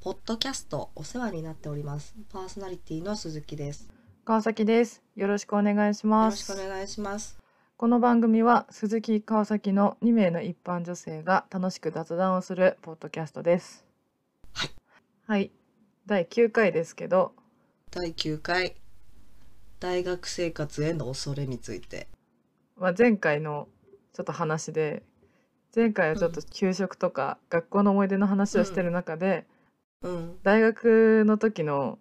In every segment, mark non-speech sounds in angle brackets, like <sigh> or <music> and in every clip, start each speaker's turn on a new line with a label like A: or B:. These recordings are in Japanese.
A: ポッドキャストお世話になっております。パーソナリティの鈴木です。
B: 川崎です。よろしくお願いし
A: よろ
B: ま
A: しく
B: す
A: お。願いします。
B: この番組は鈴木川崎の2名の一般女性が楽しく雑談をするポッドキャストです。
A: はい。
B: はい。第9回ですけど、
A: 第9回大学生活への恐れについて。
B: まあ、前回のちょっと話で、前回はちょっと給食とか学校の思い出の話をしてる中で、
A: うん。
B: 大学の時の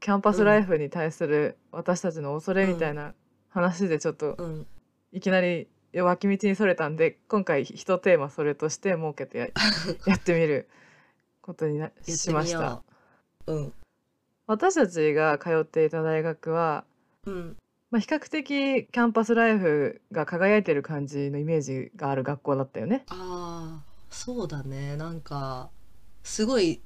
B: キャンパスライフに対する私たちの恐れみたいな話でちょっと
A: うん。
B: いきなり脇道にそれたんで今回一テーマそれとして設け
A: <laughs>
B: てややってみることにな
A: 言っ
B: してま
A: み
B: した
A: よう。うん。
B: 私たちが通っていた大学は、
A: うん。
B: まあ、比較的キャンパスライフが輝いてる感じのイメージがある学校だったよね
A: ああ、そうだね。なんかすごい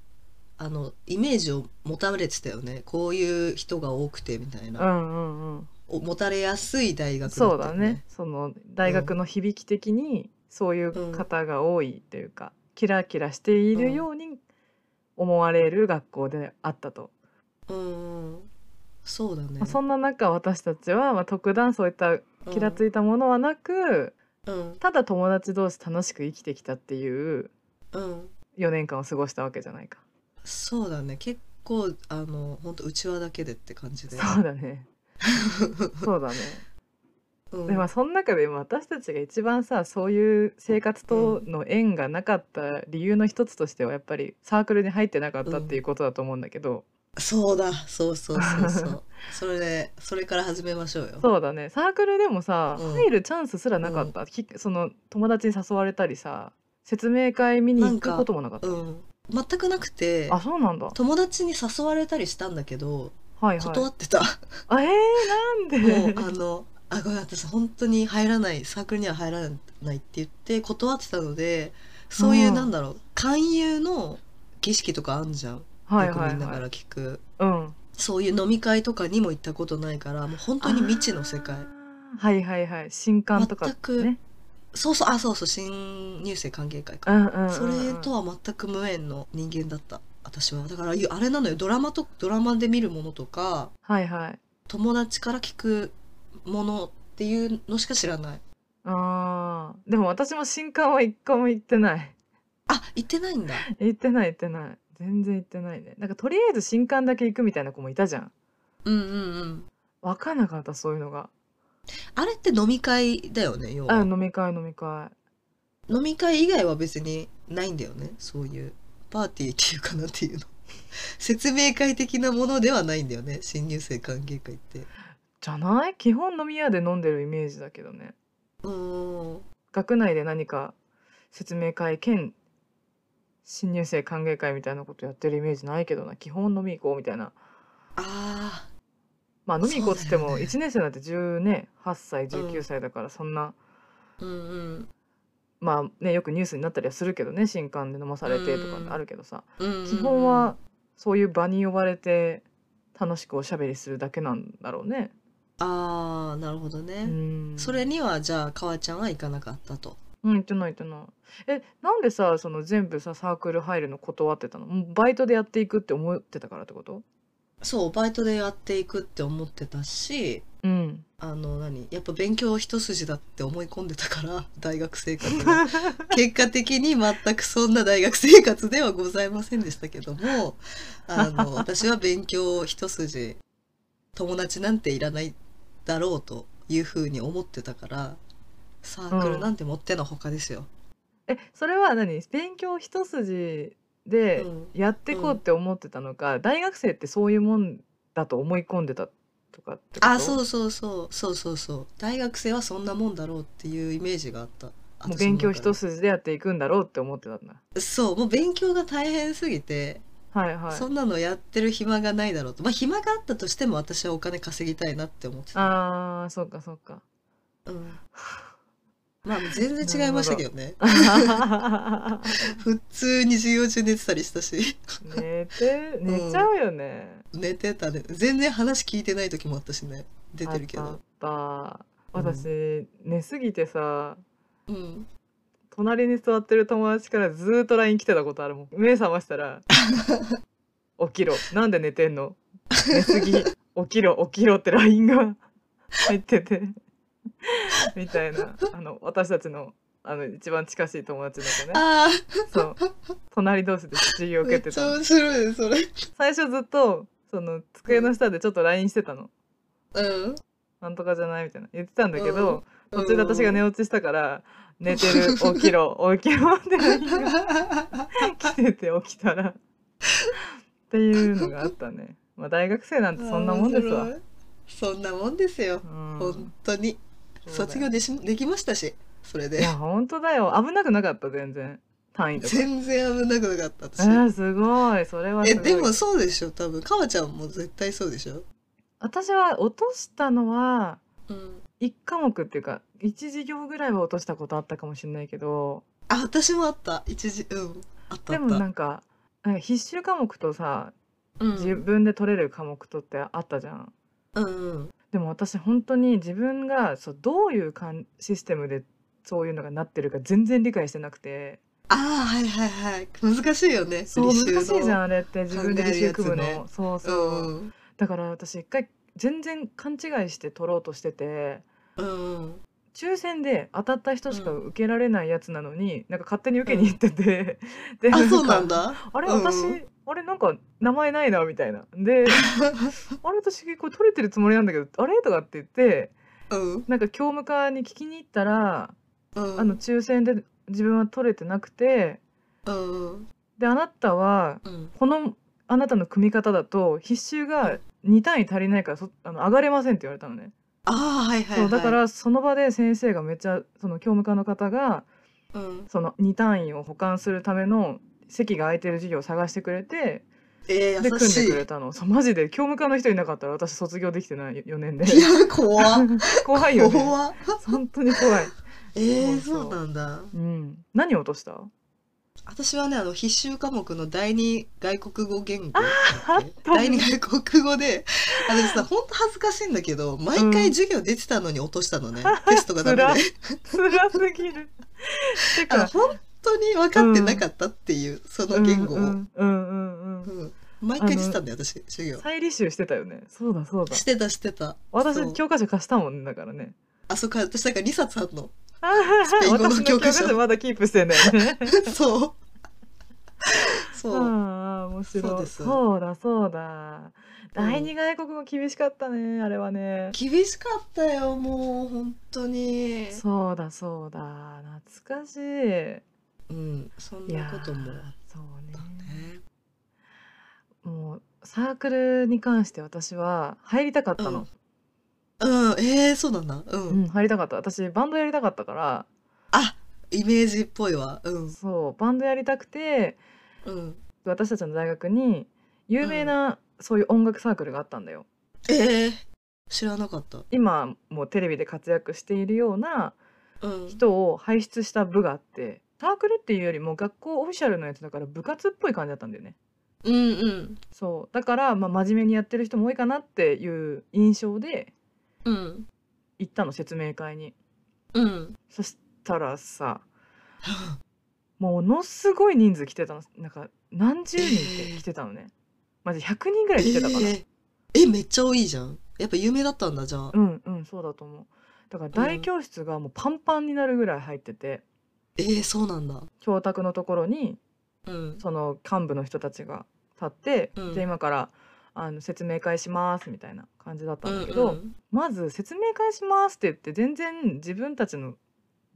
A: あのイメージを持たれてたよね。こういう人が多くてみたいうな。
B: んうんうん
A: お持たれやすい大学
B: そう
A: ったよ
B: だね。その大学の響き的にそういう方が多いというか、キラキラしているように思われる学校であったと
A: うんうん。そうだね
B: まあ。そんな中私たちは、まあ、特段そういったキラつ
A: い
B: いたものはなく、
A: うん
B: ただ友達同士楽しく生きてきたっていう
A: うん。
B: 4年間を過ごしたわけじゃないか。
A: そうだね。結構あの本当うちわだけでって感じで。
B: そうだね。そうだね。
A: <laughs> うん
B: でまあその中でも私たちが一番さそういう生活との縁がなかった理由の一つとしてはやっぱりサークルに入ってなかったっていうことだと思うんだけど、
A: そうだ、そうそうそう
B: <laughs>
A: そう。それで、それから始めましょうよ。
B: そうだねサークルでもさ、
A: うん
B: 入るチャンスすらなかった、きその友達に誘われたりさ説明会見に行くこともなかった。
A: うん。全くなくて、
B: あそうなんだ。はい
A: 友達に誘われたりしたんだけど、
B: はい。
A: 断って
B: <laughs>
A: た。
B: あえー、
A: も
B: なん
A: う、
B: で
A: あの、あ、ごめん、私本当に入らない、サークルには入らないって言って断ってたので、そういう、
B: うん
A: なんだろう、勧誘の儀式とかあんじゃん。よ
B: はい
A: く
B: は
A: み
B: い
A: んなか
B: は
A: ら
B: い。
A: 聞く。
B: うん。
A: そういう飲み会とかにも行ったことないから、もう本当に未知の世界
B: あ。ー。はいはいはい。新刊とか、ね。
A: 全くそうそう、あ、そうそう、新入生歓迎会か
B: う。んうんうんうん。
A: それとは全く無縁の人間だった私はだからいあれなのよドラマとドラマで見るものとか
B: はいはい。
A: 友達から聞くものっていうのしか知らない
B: ああ。でも私も新刊は一回も行ってない。 <laughs>
A: あ行ってないんだ
B: 行ってない行ってない。全然行ってないね。なんかとりあえず新刊だけ行くみたいな子もいたじゃん。
A: うんうんうん
B: わかんなかったそういうのが。
A: あれって飲み会だよね要
B: あ
A: は
B: 飲み会飲み会。
A: 飲み会以外は別にないんだよねそういうパーティーっていうかなんていうの <laughs> 説明会的なものではないんだよね新入生歓迎会って
B: じゃない基本飲み屋で飲んでるイメージだけどね。
A: うーん
B: 学内で何か説明会兼新入生歓迎会みたいなことやってるイメージないけどな基本飲み行こうみたいな
A: あー
B: まあ飲み行こうっつっ
A: そ
B: て
A: う
B: も
A: だよね
B: 1年生なんて10ね8歳
A: うん
B: 19歳だからそんな、
A: うんうん
B: まあねよくニュースになったりはするけどね新刊で飲まされてとかってあるけどさ、
A: うんうんうん
B: 基本はそういう場に呼ばれて楽しくおしゃべりするだけなんだろうね。
A: ああなるほどね、
B: うん
A: それにはじゃあ川ちゃんは行かなかったと。
B: うん言ってない言ってない。えなんでさその全部さサークル入るの断ってたのもうバイトでやっていくって思ってたからってこと
A: そうバイトでやっていくって思ってたし <laughs>
B: うん。
A: あの何やっぱ勉強一筋だって思い込んでたから大学生活が結果的に全くそんな大学生活ではございませんでしたけどもあの私は勉強一筋友達なんていらないだろうというふうに思ってたからサークルなんてもってのほかですよ。
B: えそれは何勉強一筋で
A: うん
B: やってこうって思ってたのか、大学生ってそういうもんだと思い込んでたとかってこと
A: あそううそうそうそうそうそう大学生はそんなもんだろうっていうイメージがあった
B: もう勉強一
A: つ
B: 筋でやっていくんだろうって思ってたんだ
A: そうもう勉強が大変すぎて、
B: はいはい
A: そんなのやってる暇がないだろうとまあ暇があったとしても私はお金稼ぎたいなって思ってた、
B: あーそうかそ
A: <laughs>
B: うか
A: うん、まあ全然違いましたけどね普通に授業中寝てたりしたし <laughs>
B: 寝て寝ちゃうよね、
A: 寝てたね全然話聞いてない時もあったしね出てるけ
B: あっ
A: ど
B: たあった
A: うん
B: 私、寝すぎてさ
A: うん
B: 隣に座ってる友達からずーっと LINE 来てたことあるもん目覚まし
A: <laughs>
B: たら「起きろなんで寝てんの寝すぎ起きろ起きろ」って LINE が入っててみたいなあの私たちのあの一番近しい友達の子ね
A: あ
B: そう隣同士で授業
A: あ、
B: 受
A: め
B: け
A: ってち
B: た
A: ゃ
B: の
A: 面白いねそれ。
B: 最初ずっとその机の下でちょっと LINE してたの
A: うん。
B: なんとかじゃないみたいな言ってたんだけど、
A: うん
B: 途中で私が寝落ちしたから「寝
A: <laughs>
B: てる起きろ起きろ」って LINE が <laughs> 来てて起きたらっていうのがあったねまあ大学生なんてそんなもんですわ、
A: 面白い。そんなもんですよ。
B: うん
A: 本当に
B: そう
A: 卒
B: だ
A: 業
B: よ
A: でしできましたし、それ
B: い
A: で
B: や本当だよ危なくなかった全然単位とか
A: 全然危なくなかった
B: え
A: 私。
B: ー、すごいそれは
A: え
B: すごい
A: でもそうでしょ多分かわちゃんも絶対そうでしょ。
B: 私は落としたのは
A: うん。
B: 1科目っていうか1授業ぐらいは落としたことあったかもしれないけど
A: あ私もあった一時うんあったあ
B: で
A: っ
B: も
A: た
B: な。んかなんか必修科目とさ
A: うん
B: 自分で取れる科目とってあったじゃん、
A: うんうん
B: でも私本当に自分がそうどういうかんシステムでそういうのがなってるか全然理解してなくて
A: ああはいはいはい難しいよね
B: そう
A: 履修の
B: 難しいじゃんあれって自分で履修組むの、
A: 考えるや
B: そう
A: う
B: そう、
A: ん
B: だから私一回全然勘違いして取ろうとしてて
A: うんうん
B: 抽選で当たった人しか受けられないやつなのに、なんか勝手に受けに行ってて、で
A: あそうなん
B: か
A: だ
B: あれ
A: うん
B: 私、あれなんか名前ないなみたいな
A: <laughs>
B: であれ私これ取れてるつもりなんだけどあれとかって言って
A: うん
B: なんか教務課に聞きに行ったら
A: うん
B: あの抽選で自分は取れてなくて
A: うん
B: であなたは
A: うん
B: このあなたの組み方だと必修が2単位足りないからそあの上がれませんって言われたのね、
A: ああはいはいはい
B: そうだからその場で先生がめっちゃその教務課の方が
A: うん
B: その2単位を補完するための席が空いてる授業を探してくれて
A: えー
B: で
A: 優
B: 組ん
A: し
B: で
A: い
B: くれたのそうマジで教務課の人いなかったら私卒業できてない4年で
A: いや怖っ
B: <laughs> 怖いよね
A: 怖っ
B: 本当に怖い、
A: えー
B: そうそ
A: そううなんだ
B: うん、何を落とした
A: 私はねあの必修科目の第二外国語言語
B: あった
A: 第二外国語で私
B: <laughs>
A: さ本当恥ずかしいんだけど毎
B: う
A: 回
B: ん
A: 授業出てたのに落としたのね、テストがダメで
B: 辛すぎる。て
A: <laughs> あの
B: か、
A: 本当に分かってなかったっていう、その言語を、
B: う
A: うん
B: んうんうんうん。
A: 毎回出てたんだよ私授業
B: 再履修してたよね。そうだそうだ
A: し。てたしてたそう
B: 私教科書貸したもんねだからね。
A: あそこ私だから2冊あん
B: <laughs>
A: の
B: あー
A: ペイン語の
B: 私の教
A: 教
B: 科
A: 科
B: 書
A: 書
B: まだキープしてんだよね。
A: そうそう、
B: ああ面
A: そう
B: 白い。
A: です
B: そうだそうだ。第二外国も厳しかったねあれはね。
A: 厳しかったよもう本当に
B: そうだそうだ懐かしい。
A: うんそん
B: い
A: な
B: や
A: こともあっ
B: ーそう
A: たね
B: ね。もうサークルに関して私は入りたかったの。
A: うんえー、そうなんだうん、
B: うん入りたかった。私バンドやりたかったから。
A: あイメージっぽいわうん
B: そうバンドやりたくて
A: うん
B: 私たちの大学に有名なそういう音楽サークルがあったんだよ。
A: えー、知らなかった
B: 今もうテレビで活躍しているような
A: うん
B: 人を輩出した部があってサークルっていうよりも学校オフィシャルのやつだから部活っぽい感じだったんだよね。
A: うんうん
B: そうだから、まあ、真面目にやってる人も多いかなっていう印象で
A: うん
B: 行ったの説明会に。
A: うん
B: そした
A: <laughs>
B: らさものすごい人数来てたのなんか何十人って来てたのね。まじ100人ぐらい来てたかな。
A: えーえめっちゃ多いじゃんやっぱ有名だったんだじゃあ、
B: うんうんそうだと思うだから大教室がもうパンパンになるぐらい入ってて、
A: えー、そうなんだ
B: 教託のところに
A: うん
B: その幹部の人たちが立って、
A: うん
B: じゃあ今からあの説明会しますみたいな感じだった
A: うんん
B: だけ
A: う
B: ど、
A: ん
B: まず説明会しますって言って全然自分たちの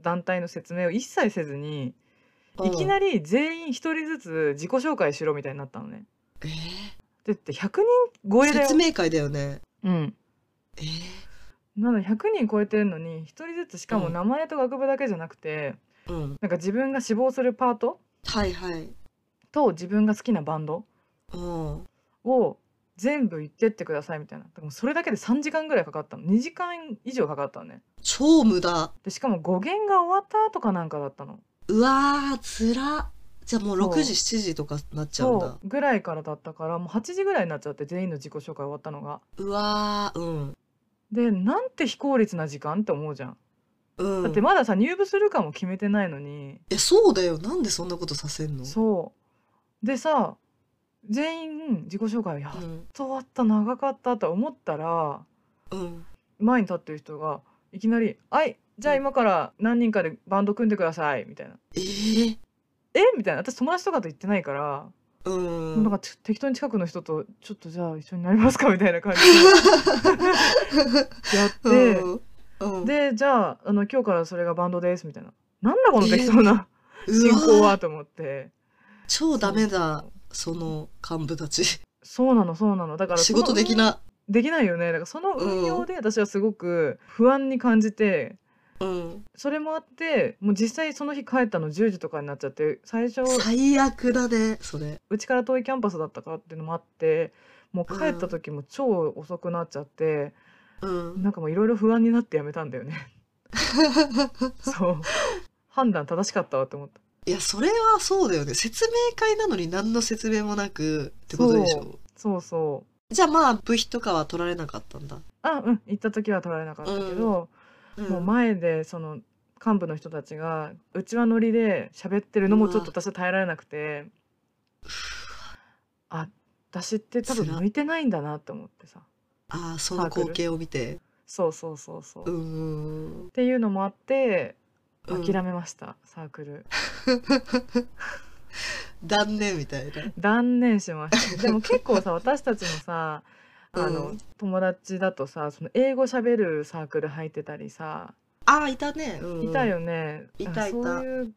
B: 団体の説明を一切せずに、
A: うん
B: いきなり全員一人ずつ自己紹介しろみたいになったのね。
A: え
B: でって100人超え
A: ー、
B: だよ
A: 説。明会だよね
B: うん
A: えー、
B: なので100人超えてるのに1人ずつしかも
A: うん
B: 名前と学部だけじゃなくて、
A: うん
B: なんか自分が志望するパート
A: はいはい
B: と自分が好きなバンド
A: うん
B: を全部言ってってくださいみたいなだからもうそれだけで3時間ぐらいかかったの2時間以上かかったのね
A: 超無駄
B: でしかも語源が終わった後かなんかだったの
A: うわーつらじゃあもう
B: そう
A: 6時7時とかなっちゃうん
B: そ
A: だ
B: うぐらいからだったからもう8時ぐらいになっちゃって全員の自己紹介終わったのが
A: うわーうん
B: でなんて非効率な時間って思うじゃん
A: うん
B: だってまださ入部するかも決めてないのに
A: えそうだよなんでそんなことさせんの
B: そうでさ全員自己紹介をやっ
A: うん
B: と終わった長かったと思ったら
A: うん
B: 前に立ってる人がいきなり「はいじゃあ今から何人かでバンド組んでください」みたいな
A: えー、
B: 「えみたいな私友達とかと言ってないから、
A: うん
B: なんかち適当に近くの人と「ちょっとじゃあ一緒になりますか」みたいな感じ
A: <laughs>
B: でやって。
A: うんうん
B: でじゃああの今日からそれがバンドですみたいななんだこの適当な
A: う
B: 進
A: わ
B: 行はと思って
A: 超ダメだその幹部たち
B: そうなのそうなのだから
A: 仕
B: その
A: 事できな
B: できないよねだからその運
A: う
B: 用
A: ん
B: で私はすごく不安に感じて、
A: うん
B: それもあってもう実際その日帰ったの10時とかになっちゃって最初
A: 最悪だねそれ
B: うちから遠いキャンパスだったからっていうのもあってもう帰った時も超遅くなっちゃって、
A: うん
B: なんかもういろいろ不安になってやめたんだ
A: <laughs>
B: よねそう判断正しかったわって思った
A: いやそれはそうだよね説明会なのに何の説明もなくってことでし
B: そ
A: ょ
B: そうそう
A: じゃあまあ部費とかは取られなかったんだ、
B: あうん行った時は取られなかったけど、
A: うん
B: もう前でその幹部の人たちがうちわノリで喋ってるのもちょっと私は耐えられなくて、あ私って多分
A: 辛っ
B: 向いてないんだなって思ってさ
A: ああその光景を見て
B: そうそうそうそう、
A: う
B: っ
A: ん
B: ていうのもあって
A: うん
B: 諦めました、サークル
A: 断念みたいな
B: 断念しまし
A: <laughs>
B: たでも結構さ私たちのさあの、
A: うん
B: 友達だとさその英語喋るサークル入ってたりさ
A: ああいたね、うん
B: いたよね。
A: いた
B: だから
A: いた
B: そういう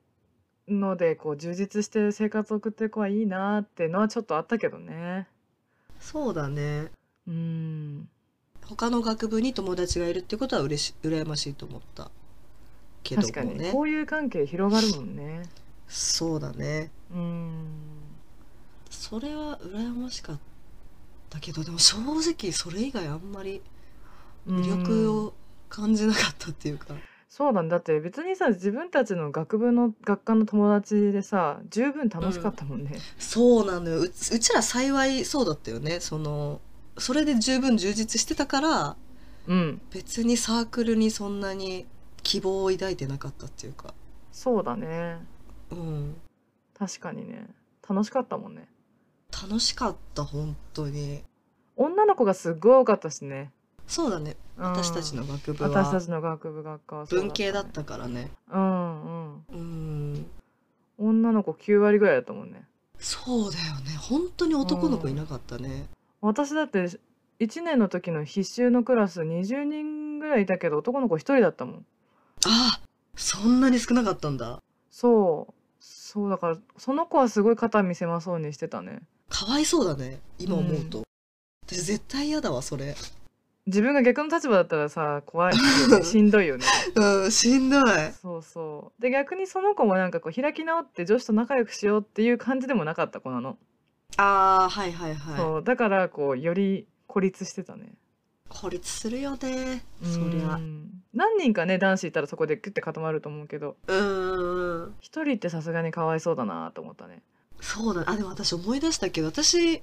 B: のでこう充実して生活を送っていくはいいなってのはちょっとあったけどね。
A: そうだね
B: うん。
A: 他の学部に友達がいるってことは嬉し羨ましいと思ったけど
B: 確か
A: も
B: に、
A: ね
B: こういう関係広がるもんね。
A: そうだね
B: うん。
A: それは羨ましかったけどでも正直それ以外あんまり魅力
B: うん
A: を感じなかったっていうか、
B: そうなんだだって別にさ自分たちの学部の学科の友達でさ十分楽しかったもんね。
A: そうなのようちうちら幸いそうだったよねそのそれで十分充実してたから
B: うん。
A: 別にサークルにそんなに希望を抱いてなかったっていうか
B: そうだね。
A: うん
B: 確かにね楽しかったもんね。
A: 楽しかった本当に
B: 女の子がすっごい多かったしね。
A: そうだね
B: うん
A: 私たちの学部
B: 私た
A: は
B: ちの学部学科はそう
A: 文系だっ
B: ね
A: たからね
B: うんうん
A: うん
B: 女の子9割ぐらいだったもんね
A: そうだよね本当に男の子いなかったね
B: 私だって1年の時の必修のクラス20人ぐらいいたけど男の子1人だったもん
A: あそんなに少なかったんだ
B: そうそうだからその子はすごい肩見せまそうにしてたね
A: かわいそうだね今思うと、私絶対嫌だわそれ
B: 自分が逆の立場だったらさ
A: <laughs>
B: 怖いよねしんどいよね
A: うんしんどい
B: そうそうで逆にその子もなんかこう開き直って女子と仲良くしようっていう感じでもなかった子なの、
A: あーはいはいはい
B: そうだからこうより孤立してたね
A: 孤立するよねそり
B: う
A: ゃ
B: ん何人かね男子いたらそこでグッて固まると思うけど
A: うんうん
B: 一人ってさすがにかわいそうだなと思ったね
A: そうだあでも私思い出したけど私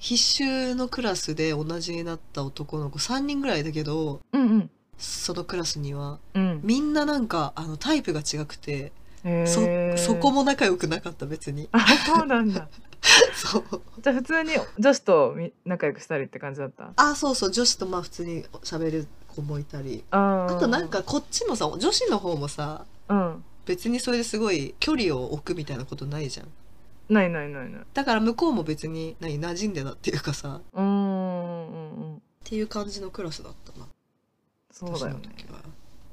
A: 必修のクラスで同じになった男の子3人ぐらいだけど
B: うんうん
A: そのクラスには
B: うん
A: みんななんかあのタイプが違くてそ
B: へー
A: そこも仲良くなかった別に
B: あそうなんだ
A: <laughs> そう
B: じゃあ普通に女子とみ仲良くしたりって感じだった
A: あそうそう女子とまあ普通に喋る子もいたり
B: あー
A: あとなんかこっちもさ女子の方もさ
B: うん
A: 別にそれですごい距離を置くみたいなことないじゃん
B: ないないないないう
A: だから向こうも別に何馴染んでたっていうかさっ
B: ーんうんうん
A: ていう感じのクラスだったな
B: そうだよね
A: 私の時は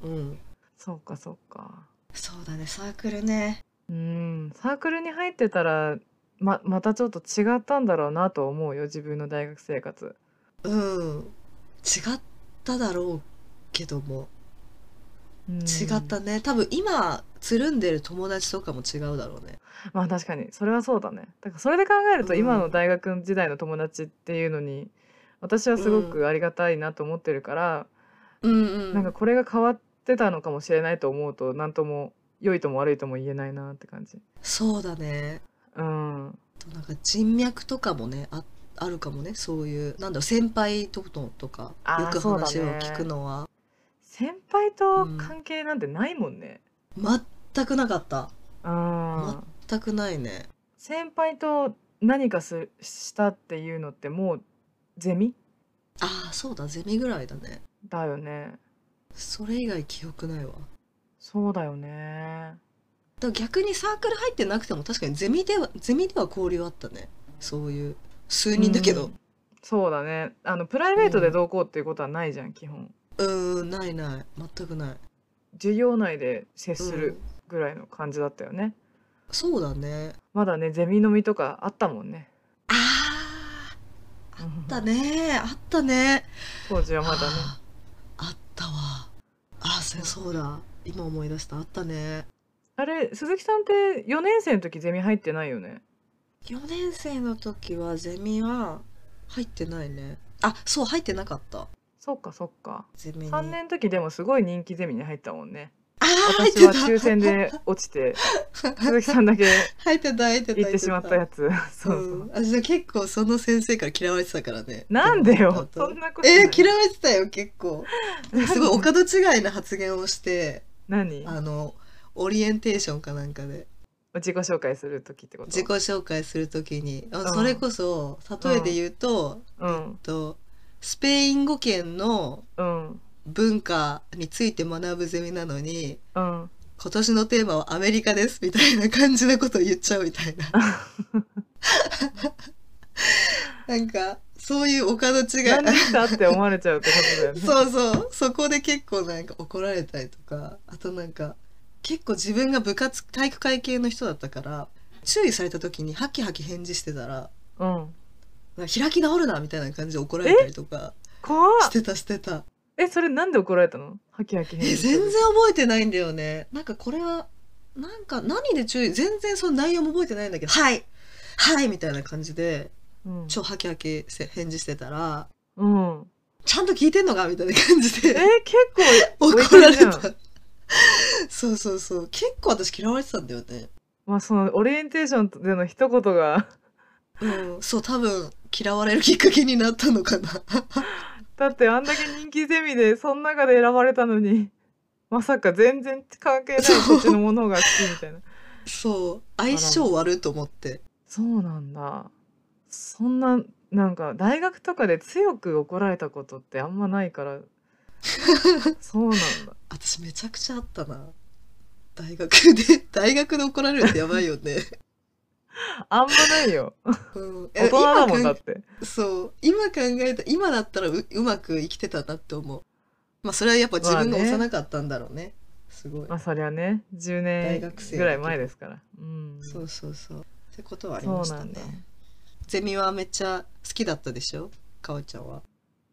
A: うん
B: そうかそうか
A: そうだねサークルね
B: うんサークルに入ってたらままたちょっと違ったんだろうなと思うよ自分の大学生活
A: うん違っただろうけども
B: うん
A: 違ったね多分今つるんでる友達とかも違うだろうね
B: まあ確かにそれはそうだねだからそれで考えると
A: うん
B: 今の大学時代の友達っていうのに私はすごくありがたいなと思ってるから、
A: うんうん
B: なんかこれが変わってたのかもしれないと思うと何とも良いとも悪いとも言えないなって感じ
A: そうだね
B: うん
A: あとなんか人脈とかもねああるかもねそういうなんだろう先輩とのとか
B: あー
A: よく
B: そうだ
A: 話
B: ね
A: を聞くのは
B: 先先輩と関係なんてないもんね。
A: 全くなかった
B: ああ。
A: 全くないね
B: 先輩と何かすしたっていうのってもうゼミ
A: ああそうだゼミぐらいだね
B: だよね。
A: それ以外記憶ないわ
B: そうだよね。
A: だから逆にサークル入ってなくても確かにゼミではゼミでは交流あったねそういう数人だけ
B: う
A: ど
B: んそうだね。あのプライベートでどうこうっていうことはないじゃん、基本。
A: うーんないない全くない、
B: 授業内で接
A: うん
B: するぐらいの感じだったよね。
A: そうだね
B: まだねゼミ飲みとかあったもんね。
A: あ
B: あっ
A: ーあった。ねあったね
B: 当時はまだね。
A: あーあったわあーそそうだ今思い出したあったね
B: あれ鈴木さんって4年生の時ゼミ入ってないよね。
A: 4年生の時はゼミは入ってないねあそう入ってなかった
B: そっかそっか。
A: ゼミに
B: 3年の時でもすごい人気ゼミに入ったもんね。
A: あー入っ
B: 私
A: て
B: は
A: た
B: 抽選
A: <laughs>
B: で落ちて鈴木さんだけ
A: 入ってた入ってた
B: 行ってしまったやつ。そうそう。
A: うん、私は結構その先生から嫌われてたからね
B: なんでよ。
A: そ
B: そ
A: ん
B: ん
A: な
B: なことない。
A: えー、嫌われてたよ結
B: <laughs>
A: 構
B: 何
A: すごいお門違いな発言をして
B: <laughs> 何？
A: あのオリエンテーションかなんかで
B: 自己紹介する時ってこと。
A: 自己紹介するときにあ
B: ん
A: それこそ例えで言うと、
B: うん
A: とスペイン語圏の
B: うん
A: 文化について学ぶゼミなのに
B: うん。
A: 今年のテーマはアメリカですみたいな感じのことを言っちゃうみたいななんかそういうお門違
B: 何で
A: い
B: したって思われちゃうってことだよね。
A: そうそうそこで結構なんか怒られたりとかあとなんか結構自分が部活体育会系の人だったから注意された時にハキハキ返事してたら
B: うん。
A: なんか開き直るなみたいな感じで怒られたりとか
B: 怖
A: し
B: っ
A: てたしてた
B: えそれなんで怒られたの？ハキハキ
A: え
B: 返事す
A: 全
B: る
A: 然覚えてないんだよねなんかこれはなんか何で注意全然その内容も覚えてないんだけど「はいはい」みたいな感じで
B: うん
A: 超ハキハキせ返事してたら
B: うん。
A: 「ちゃんと聞いてんのか?」みたいな感じ
B: え
A: で
B: 結
A: 怒
B: 構置いて
A: ら
B: る
A: れ
B: じゃん
A: たそうそうそう結構私嫌われてたんだよね
B: まあそのオリエンテーションでの一言が
A: うんそう多分嫌われるきっかけになったのか
B: <laughs>
A: な
B: だってあんだけ人気ゼミでその中で選ばれたのにまさか全然関係ない
A: そう
B: 土地のものが好きみたいな
A: そう相性悪いと思って
B: そうなんだそんななんか大学とかで強く怒られたことってあんまな
A: <laughs>
B: いからそうなんだ
A: 私めちゃくちゃあったな大学で <laughs> 大学で怒られるってやばいよ
B: <laughs>
A: ね、
B: あんまない <laughs> よ
A: うん、
B: 大人だもんだ
A: 今
B: っ
A: か
B: て
A: んそう今考えた今だったらううまく生きてたなって思うまあそれはやっぱ自分が
B: まあね
A: 幼かったんだろうね,、すごい、
B: まあそりゃね10
A: 大
B: 年
A: 学生
B: ぐらい前ですからうん
A: そうそうそうってことはありましたね
B: そうなんだ
A: ゼミはめっちゃ好きだったでしょかおちゃんは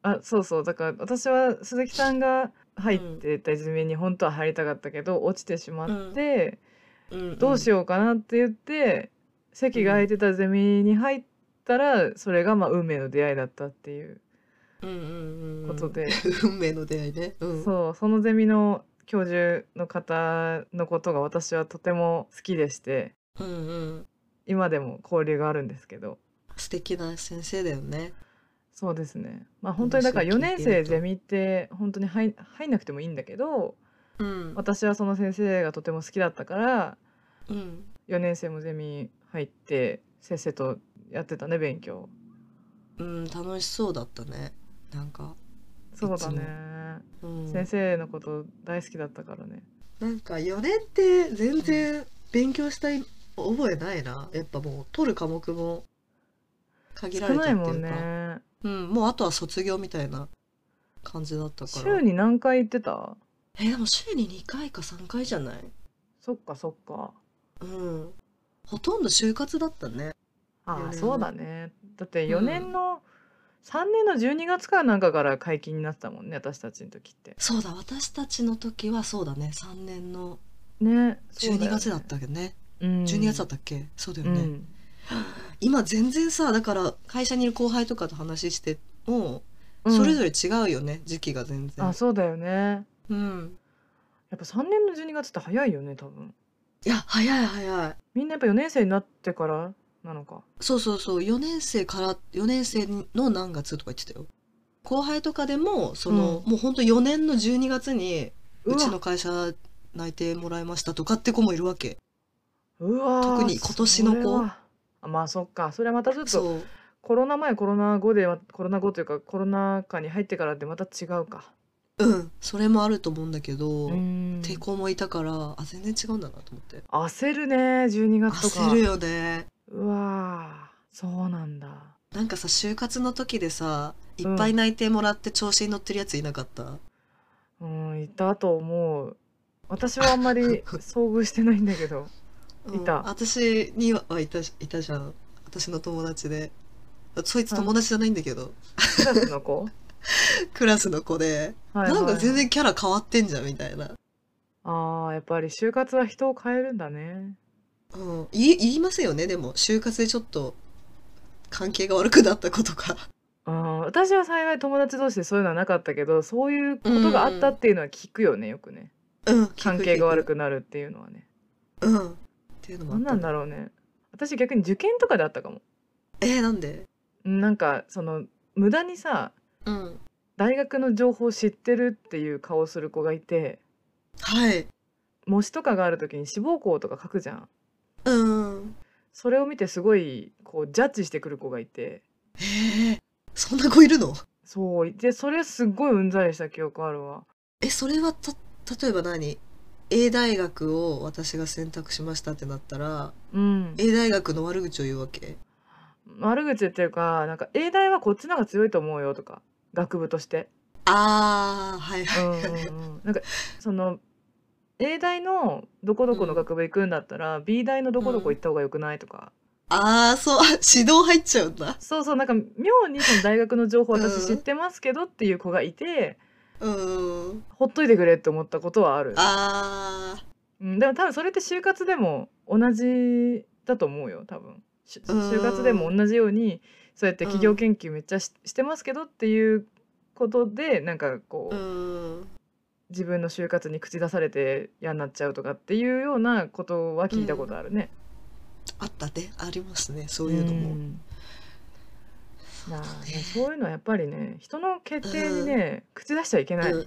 B: あそうそうだから私は鈴木さんが入ってたゼミに本当は入りたかったけど、落ちてしまって、どうし
A: よ
B: ようかなって言って、席が空いてたゼミに入ったらそれがまあ運命の出会いだったっていう
A: うんうんうん
B: ことで、 <laughs>
A: 運命の出会いねうん
B: そうそのゼミの教授の方のことが私はとても好きでして
A: うんうん
B: 今でも交流があるんですけど
A: 素敵な先生だよね
B: そうですねまあ本当にだから
A: 話を
B: 4
A: 聞いて
B: 年
A: る
B: 生
A: と
B: ゼミって本当に入入んなくてもいいんだけど
A: うん
B: 私はその先生がとても好きだったから
A: うん
B: 4年生もゼミ入ってせっせとやってたね勉強
A: うん、楽しそうだったね。なんか、
B: そうだね
A: い、うん、
B: 先生のこと大好きだったからね
A: なんか4年って全然勉強したい覚えないな。やっぱもう取る科目も限ら
B: 少
A: れちゃっ
B: な
A: てるか
B: いもんね
A: うん、もうあとは卒業みたいな感じだったから。
B: 週に何回行ってた
A: えでも週に2回か3回じゃない
B: そっかそっか
A: うん。ほとんど就活だったね。四
B: あ
A: 年
B: あ
A: は
B: そうだねだって
A: うん
B: 4年の、3年の12月からなんかから解禁になってたもんね私たちの時って
A: そうだ、私たちの時はそうだね。3年の
B: ね
A: 12月だっ
B: った
A: わけどね。
B: た、うん、
A: 12月だったっけそうだよね。
B: うん
A: 今全然さだから会社にいる後輩とかと話しても
B: うん
A: それぞれ違うよね、時期が全然
B: あそうだよね
A: うん
B: やっぱ3年の12月って早いよね多分
A: いや早い早い
B: みんなやっぱ4年生になってからなのか
A: そうそうそう4年生から4年生の何月とか言ってたよ後輩とかでもその、
B: う
A: もうほんと4年の12月にう
B: うわ
A: ちの会社内定もらいましたとかって子もいるわけ
B: うわー
A: 特に今年の子
B: それはあまあそっかそれはまたちょっと
A: そう
B: コロナ前コロナ後ではコロナ後というかコロナ禍に入ってからってまた違うか
A: うんそれもあると思うんだけど、
B: うーん
A: 抵抗もいたからあ全然違うんだなと思って
B: 焦るね12月とか
A: 焦るよね
B: うわーそうなんだ
A: なんかさ就活の時でさいっぱい内定もらって調子に乗ってるやついなかった、
B: うんいたと思う私はあんまり遭遇してないんだけどいた
A: うん私にはいたいたじゃん私の友達でそいつ友達じゃないんだけど <laughs>
B: クラスの子、
A: クラスの子で
B: はいはい
A: なんか全然キャラ変わってんじゃんみたいな、
B: ああやっぱり就活は人を変えるんだね
A: うん、言い言いますよねでも就活でちょっと関係が <laughs> 悪くなった子とか
B: うん私は幸い友達同士でそういうのはなかったけどそういうことがあったっていうのは聞くよねよくね
A: うん
B: 関係が悪
A: く
B: くなるっていうのはね
A: うんっていうのもあっ
B: 何
A: た
B: なんだろうね私逆に受験とかであったかも
A: えー、なんで
B: うんなんかその無駄にさ
A: うん
B: 大学の情報を知ってるっていう顔をする子がいて
A: はい
B: 模試とかがある時に志望校とか書くじゃん
A: うん
B: それを見てすごいこうジャッジしてくる子がいて
A: えー、そんな子いるの
B: そうでそれすっごいうんざりした記憶あるわ
A: えそれはた例えば何 A 大学を私が選択しましたってなったら
B: うん
A: A 大学の悪口を言うわけ
B: 悪口っていうかなんか英大はこっちの方が強いと思うよとか学部として、
A: ああはいは
B: う
A: い、
B: んうんうん、なんかその英大のどこどこの学部行くんだったら、B 大のどこどこ行った方が良くないとか、
A: ああそうあ <laughs> 指導入っちゃうんだ
B: そうそうなんか妙にその大学の情報私知ってますけどっていう子がいて、
A: うん
B: ほっといてくれって思ったことはある
A: ああ
B: うん、でも多分それって就活でも同じだと思うよ多分し
A: うーん
B: 就活でも同じようにそうやって企業研究めっちゃし,、してますけどっていうことでなんかこう、
A: うん
B: 自分の就活に口出されて嫌になっちゃうとかっていうようなことは聞いたことあるね。
A: あったねありますねそうういうのも、
B: んなあねそういうのはやっぱりね人の決定にね、口出しちゃいけない、
A: うん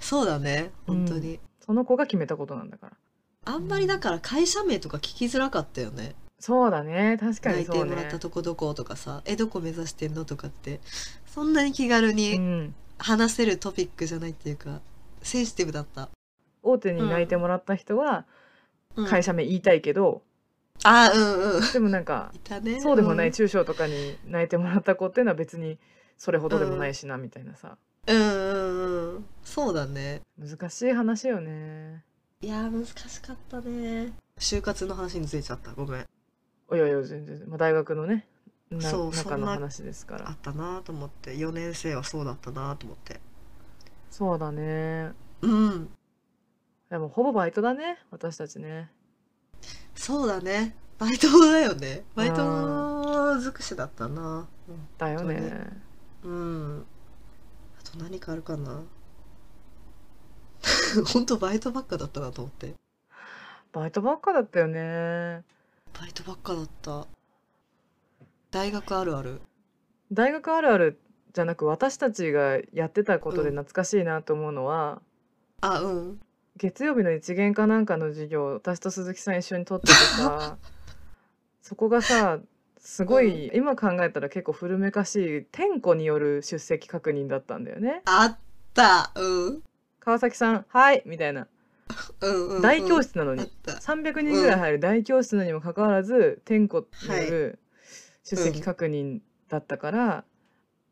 A: そうだね本当に、
B: その子が決めたことなんだから
A: あんまりだから会社名とか聞きづらかったよね
B: そうだね確かに
A: 内
B: そ
A: 定
B: う
A: もらっ
B: ね
A: たとこどことかさえどこ目指してんのとかってそんなに気軽
B: う
A: に
B: ん、
A: 話せるトピックじゃないっていうかセンシティブだった、
B: 大手に内定もらった人は、
A: うん、
B: 会社名言いたいけど、
A: あーうんうん
B: でもなんか
A: <laughs> いたね
B: そうでもない
A: うん
B: 中小とかに泣いてもらった子っていうのは別にそれほどでもないしなみたいなさ
A: うんうんうんそうだね
B: 難しい話よね
A: いやー難しかったね就活の話についちゃったごめん
B: およよ全然、まあ、大学のねな
A: そう
B: 中
A: そん
B: の
A: な
B: 話ですか
A: あ
B: ら
A: ったなーと思って4年生はそうだったなーと思って
B: そうだね
A: うん
B: でもほぼバイトだね私たちね
A: そうだねバイトだよねバイト尽くしだったな
B: だよね
A: そうねうんあと何かあるかな <laughs> 本当バイトばっかだったなと思って
B: バイトばっかだったよね
A: バイトばっかだった大学あるある
B: 大学あるあるじゃなく私たちがやってたことで
A: うん
B: 懐かしいなと思うのは、
A: あうん
B: 月曜日の一元かなんかの授業私と鈴木さん一緒に取ってて
A: <laughs>
B: さそこがさすごい、今考えたら結構古めかしい点呼による出席確認だったんだよね
A: あったうん
B: 川崎さん「はい」みたいな
A: うんうん、うん、
B: 大教室なの
A: あっ
B: に、
A: た
B: 300人ぐらい入る大教室なのにもかかわらず点呼による出席確認だったから、あ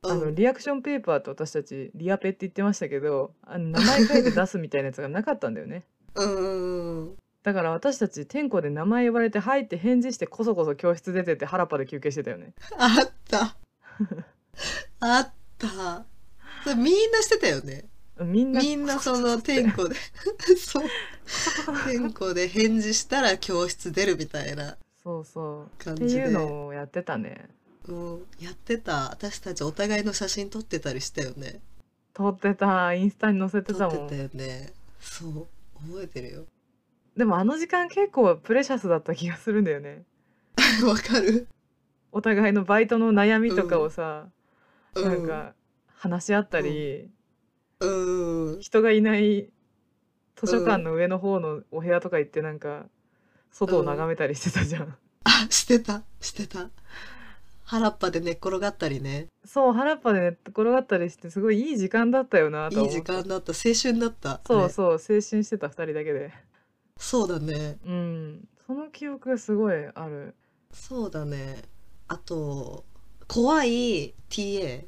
A: う
B: の
A: ん
B: リアクションペーパーと私たちリアペって言ってましたけどあの名前書いて出すみたいなやつがなかったんだよね。 <laughs>
A: うんうんうん
B: だから私たち天候で名前呼ばれて「はい」って返事してこそこそ教室出てって原っぱで休憩してたよね
A: あったあったそれみんなしてたよね
B: みんな
A: みんなその
B: 天
A: 天候でそう天候で返事したら教室出るみたいな
B: <laughs> そうそう
A: 感
B: って
A: じで
B: いうのをやってたね
A: うんやってた私たちお互いの写真撮ってたりしたよね
B: 撮ってたインスタに載せて
A: 撮
B: た
A: って
B: も
A: た
B: ん
A: よねそう覚えてるよ <laughs>
B: でもあの時間結構プレシャスだった気がするんだよね
A: わかる
B: お互いのバイトの悩みとかをさ、
A: う
B: なん
A: ん
B: か話し合ったり、
A: うん
B: 人がいない図書館の上の方のお部屋とか行ってなんか外を眺めたりしてたじゃん。
A: あしてたしてた原っぱで寝っ転がったりね
B: そう原っぱで寝っ転がったりしてすごいいい時間だったよないと
A: い
B: 思って
A: 時間だった青春だった
B: そう
A: ね
B: そう青春してた2人だけで
A: そうだね
B: うんその記憶がすごいある
A: そうだねあと怖い TA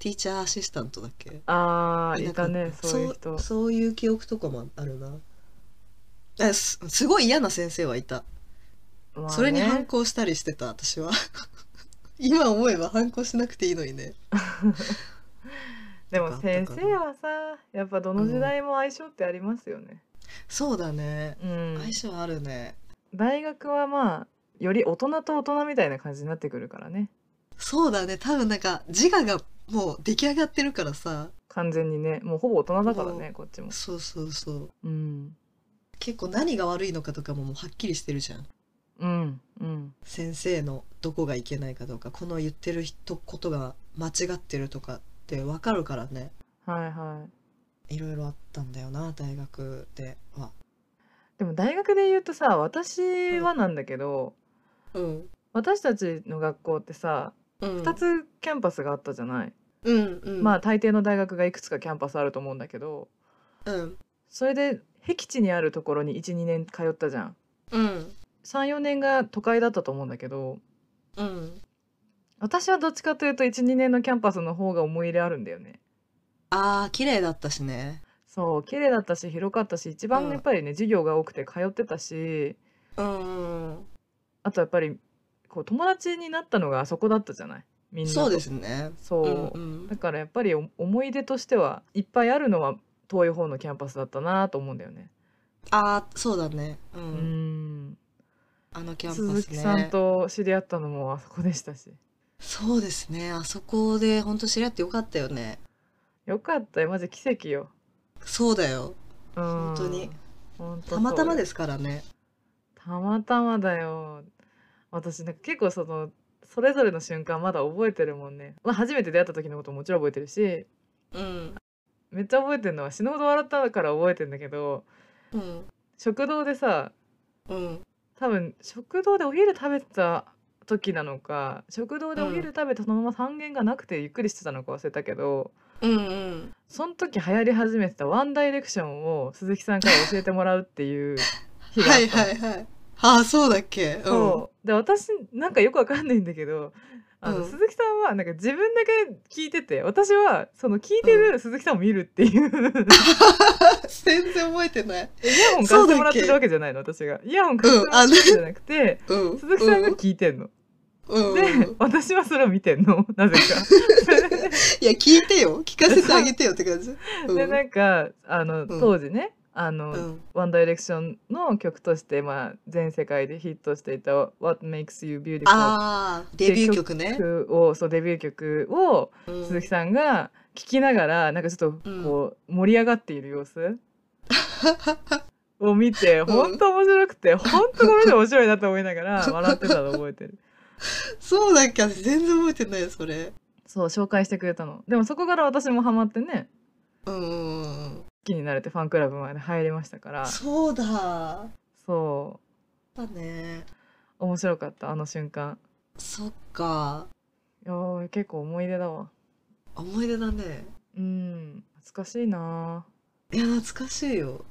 A: ティーチャーアシスタントだっけ
B: あー
A: ないんか
B: たねそういう人
A: そうそういう記憶とかもあるなえすすごい嫌な先生はいた
B: まあね
A: それに反抗したりしてた私は <laughs> 今思えば反抗しなくていいのにね
B: でも
A: とかあっ
B: 先
A: たかな
B: 生はさやっぱどの時代も相性ってありますよね
A: そうだね
B: うん、
A: 相性あるね
B: 大学はまあより大人と大人みたいな感じになってくるからね
A: そうだね多分なんか自我がもう出来上がってるからさ
B: 完全にねもうほぼ大人だからねこっちも
A: そうそうそう
B: うん
A: 結構何が悪いのかとかももうはっきりしてるじゃん
B: うんうん
A: 先生のどこがいけないかとかこの言ってる人ことが間違ってるとかって分かるからね
B: はいはい
A: いろいろあったんだよな大学では
B: でも大学で言うとさ私はなんだけど、
A: うん
B: 私たちの学校ってさ
A: うん
B: 2つキャンパスがあったじゃない、
A: うんうん
B: まあ大抵の大学がいくつかキャンパスあると思うんだけど
A: うん
B: それで僻地にあるところに12年通ったじゃん
A: うん
B: 34年が都会だったと思うんだけど
A: うん
B: 私はどっちかというと12年のキャンパスの方が思い入れあるんだよね
A: あー綺麗だったしね
B: そう綺麗だったし広かったし一番
A: うん
B: やっぱりね、授業が多くて通ってたし
A: うんうん
B: あとやっぱりこう友達になったのがあそこだったじゃないみんなと
A: そうですね
B: そう、
A: うんう
B: だ
A: ん、
B: からやっぱりお思い出としてはいっぱいあるのは遠い方のキャンパスだったなと思うんだよね。
A: あーそうだねうん、
B: うーん
A: あのキャンパスね
B: 鈴木さんと知り合ったのもあそこでしたし。
A: そうですねあそこで本当知り合ってよかったよね
B: よかったよマジ奇跡よ。
A: そうだよ
B: うん
A: 本当に。
B: 本当。
A: たまたまですすからね
B: たまたまだよ。私なんか結構そのそれぞれの瞬間まだ覚えてるもんね。まあ、初めて出会った時のことももちろん覚えてるし
A: うん
B: めっちゃ覚えてるのは死ぬほど笑ったから覚えてるんだけど
A: うん
B: 食堂でさ
A: うん
B: 多分食堂でお昼食べてた時なのか食堂でお昼食べてそのまま三軒がなくてゆっくりしてたのか忘れたけど、
A: うんうん
B: その時流行り始めてたワンダイレクションを鈴木さんから教えてもらうっていう日があ
A: は
B: っ
A: い
B: たの
A: はいはいああそうだっけうん
B: そうで私なんかよくわかんないんだけどあの、
A: うん
B: 鈴木さんはなんか自分だけ聞いてて私はその聞いてる鈴木さんを見るっ
A: <laughs>
B: ていう
A: 全然覚えてない
B: イヤホン貸してもらってるわけじゃないの私がイヤホン貸してもらってるわけじゃなくて、
A: うん
B: 鈴木さんが聞いてんの。
A: うん、う
B: で、
A: ん、
B: 私はそれを見てんのなぜか。
A: <laughs>
B: それで
A: いや聞いてよ聞かせてあげてよって感 <laughs> じうん
B: でなんかあの、当時ねあの、
A: うん
B: ワンダイレクションの曲として、まあ、全世界でヒットしていた「What Makes You Beautiful
A: ああデビュー曲」ね
B: をそうデビュー曲を
A: うん
B: 鈴木さんが聴きながらなんかちょっとこう盛り上がっている様子 <laughs> を見て本当面白くて本当この人面白いなと思いな
A: <laughs>
B: がら笑ってたの覚えてる。
A: そうだっけ全然覚えてないそれ
B: そう紹介してくれたのでもそこから私もハマってね
A: うんうんうん
B: 好きになれてファンクラブまで入りましたから
A: そうだ
B: そ
A: だね
B: う面白かったあの瞬間
A: そっか
B: いやー結構思い出だわ
A: 思い出だね
B: うん懐かしいない
A: や懐かしいよ、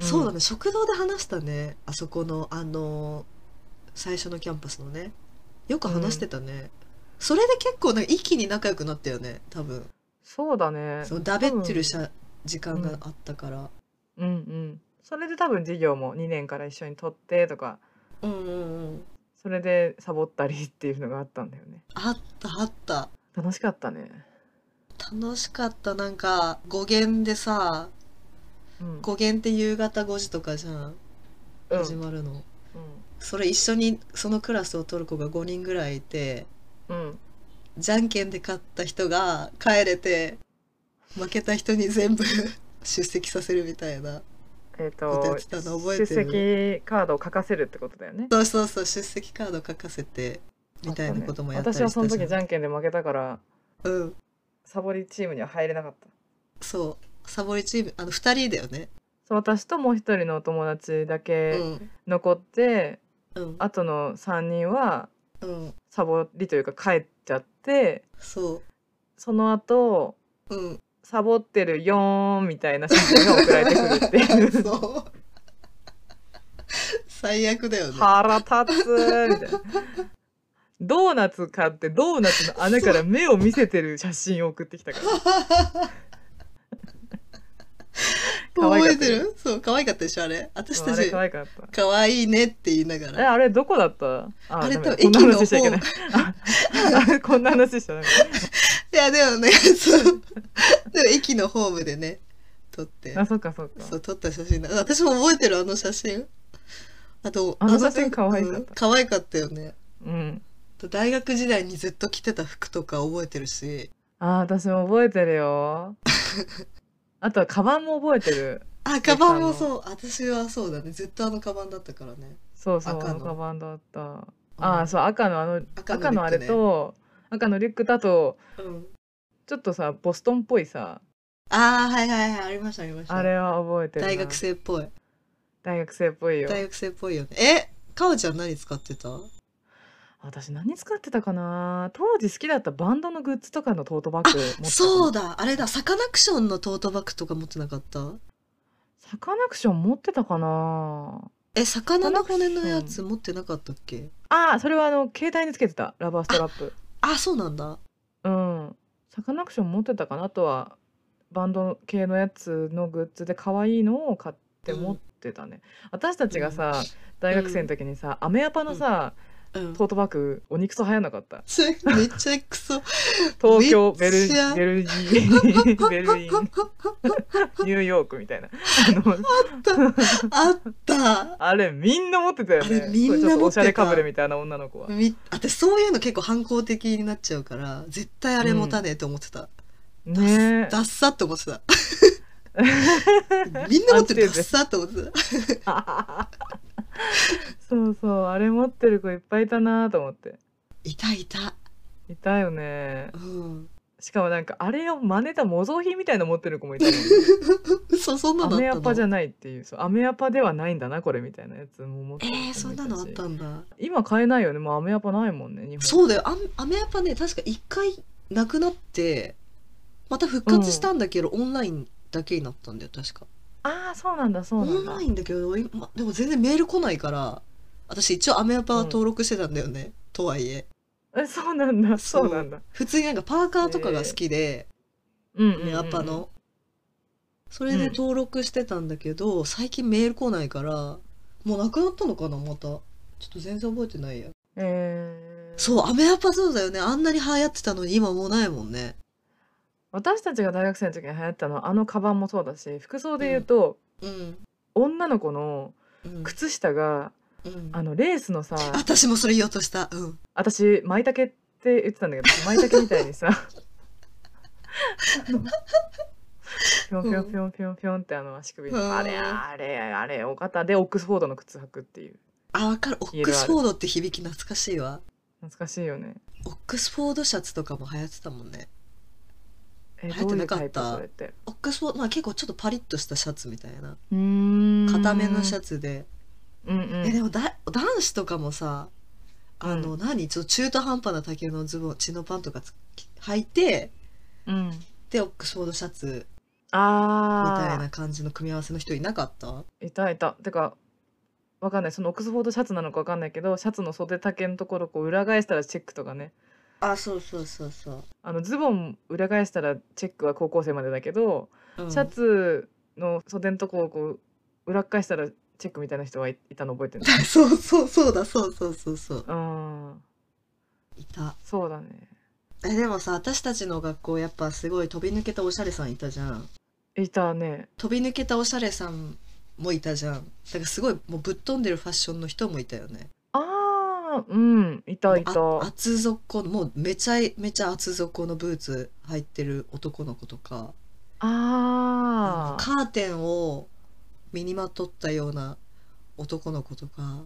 B: ー
A: そうだ
B: ね
A: ね食堂で話したねあそこのあのー最初のキャンパスのねよく話してたね、それで結構なんか一気に仲良くなったよね多分
B: そうだね
A: そのだべってるし
B: 多分
A: ゃ時間があったから、
B: うんうんそれで多分授業も2年から一緒に取ってとか
A: うん、うんうん
B: それでサボったりっていうのがあったんだよね
A: あったあった
B: 楽しかったね
A: 楽しかったなんか語源でさ
B: うん、
A: 語源って夕方5時とかじゃん
B: うん
A: 始まるの、
B: うん
A: それ一緒にそのクラスを取る子が5人ぐらいいて
B: うん、
A: じゃんけんで勝った人が帰れて負けた人に全部 <laughs> 出席させるみたいな
B: えっ、
A: ことや
B: と
A: ってたの覚えてる
B: 出席カードを書かせるってことだよね
A: そうそうそう出席カード書かせてみたいなこともやったりした
B: 私はその時じ
A: ゃん
B: ゃんけんで負けたから
A: うん
B: サボりチームには入れなかった
A: そうサボりチームあの2人だよね
B: そう私ともう一人のお友達だ
A: う
B: け
A: ん
B: 残って、
A: うん
B: あとの3人は
A: うん
B: サボりというか帰っちゃって
A: そ
B: その後
A: ううん
B: サボってるよーんみたいな写真が送られてくるってい
A: <laughs>
B: う
A: そう最悪だよね
B: 腹立つーみたいなドーナツ買ってドーナツの穴から目を見せてる写真を送ってきたから可
A: 覚
B: 愛か
A: え
B: った
A: て
B: よ
A: るそう可愛かったでしょあれ <laughs> 私
B: あ
A: た
B: れ
A: ち
B: 可愛かった
A: 可愛いねって言いなが
B: え
A: ら
B: あれどこだったあ
A: あれ
B: ダメだ
A: 多分
B: こんな
A: 駅の
B: 話しちゃいけないあ <laughs> あこんな話しちゃダメ
A: いやでもねそうでも駅のホームでね撮って
B: あそっかそっか
A: そう撮った写真だ私も覚えてるあの写真あと
B: あの写真可愛かった
A: うん可愛かったよね
B: うん
A: 大学時代にずっと着てた服とか覚えてるし
B: あ私も覚えてる
A: <laughs>
B: よあとはカバンも覚えてる
A: あカバンもそう私はそうだねずっとあのカバンだったからね
B: そうそう
A: 赤
B: あ
A: の
B: のカバンだった
A: う
B: あ
A: ん
B: そう赤のあの
A: 赤の
B: 赤のあ
A: リュックね
B: れと赤のリュックだと
A: うん
B: ちょっとさボストンっぽいさ
A: ああはいはいはいありましたありました
B: あれは覚えてるな
A: 大学生っぽい
B: 大学生っぽいよ
A: 大学生っぽいよねえかおちゃん何使ってた
B: 私何使ってたかな当時好きだったバンドのグッズとかのトートバッグ持ってたかな
A: そうだあれだサカナクションのトートバッグとか持ってなかった
B: サカナクション持ってたかな
A: え魚の骨のやつ持ってなかったっけ
B: ああそれはあの携帯につけてたラバーストラップ
A: あそうなんだ
B: うんサカナクション持ってたかなあとはバンド系のやつのグッズで可愛いのを買って持ってたね、私たちがさ、大学生の時にさ、アメアパのさ、
A: うん
B: トートバッグ鬼クソ流行んなかった
A: それめっちゃクソ
B: 東京
A: め
B: ベ
A: っ
B: ル
A: ち <laughs> ゃ
B: ベルギー <laughs> ベルリンニューヨークみたいなあの
A: あった
B: あれみんな持ってたよね
A: あれみんな持ってた
B: ちょっとおしゃれかぶれみたいな女の子は
A: み私そういうの結構反抗的になっちゃうから絶対あれ持たねえと思ってた、
B: ねえ
A: ダッサって思って
B: <laughs>
A: たみんな持ってるダッサって思ってた
B: <laughs> そうそうあれ持ってる子いっぱいいたなと思って
A: いたいた
B: いたよね
A: うん
B: しかもなんかあれを真似た模造品みたいなの持ってる子もい
A: <laughs>
B: たもんね
A: 嘘そんな
B: ア
A: のあった
B: メ
A: の
B: アパじゃないっていうそうアメアパではないんだなこれみたいなやつも持って
A: え
B: る子もい
A: ー、
B: たし
A: そんなのあったんだ
B: 今買えないよねもうアメアパないもんね日本
A: そうだよあんアメアパね確か一回なくなってまた復活したんだけど、オンラインだけになったんだよ確か
B: ああそうなんだそう
A: オ
B: なん
A: ン
B: だ
A: ラインだけど今でも全然メール来ないから私一応アメアパは登録してたんだよね、とはいえ
B: えそうなんだ
A: そう
B: そうなんだ
A: 普通になんかパーカーとかが好きで、
B: うん
A: アメアパの、それで登録してたんだけど、最近メール来ないからもうなくなったのかなまたちょっと全然覚えてないや
B: えー、
A: そうアメアパそうだよねあんなに流行ってたのに今もうないもんね
B: 私たちが大学生の時に流行ったのはあのカバンもそうだし服装で言うと、
A: うん、
B: 女の子の
A: うん
B: 靴下が
A: うん
B: あのレー
A: <laughs>
B: スのさ
A: 私もそれ言おうとした。うん。
B: 私舞茸って言ってたんだけど舞茸みたいにさ
A: <laughs>
B: ぴょんぴょんぴょんぴょんぴょんってあの足首
A: うん
B: のあれあれあれお方でオックスフォードの靴履くっていう
A: あ、わかる。オックスフォードって響き懐かしいわ。
B: 懐かしいよね
A: オックスフォードシャツとかも流行ってたもんね。
B: え
A: 流行って
B: どうい
A: な
B: う
A: かった
B: タイプそれって
A: オックスフォード、まあ結構ちょっとパリッとしたシャツみたいな。
B: うーん
A: 固めのシャ
B: ツ
A: ツで。
B: うんうん
A: え、でもだ男子とかもさ、あの、何ちょっと中途半端な丈のズボン、チノパンとかつ履いて、
B: うん
A: で、オックスフォードシャツみたい
B: あ
A: な感じの組み合わせの人いなかった
B: ーいたいたてかわかんないそのオックスフォードシャツなのかわかんないけどシャツの袖丈のところこう裏返したらチェックとかね
A: あ、そうそうそうそう。
B: あのズボン裏返したらチェックは高校生までだけど
A: うん
B: シャツの袖のとこをこう裏っ返したらチェックみたいな人はいいたの覚
A: <laughs>
B: えて
A: <laughs>
B: る
A: そうそうそうだ、そうそうそうそう。
B: うん
A: いた。
B: そうだね
A: えでもさ私たちの学校やっぱすごい飛び抜けたおしゃれさんいたじゃん
B: いたね
A: 飛び抜けたおしゃれさんもいたじゃんだからすごいもうぶっ飛んでるファッションの人もいたよね
B: あーうんいたいた
A: あ厚底もうめちゃめちゃ厚底のブーツ入ってる男の子とか
B: あー
A: カーテンを身にまとったような男の子と
B: <laughs>
A: か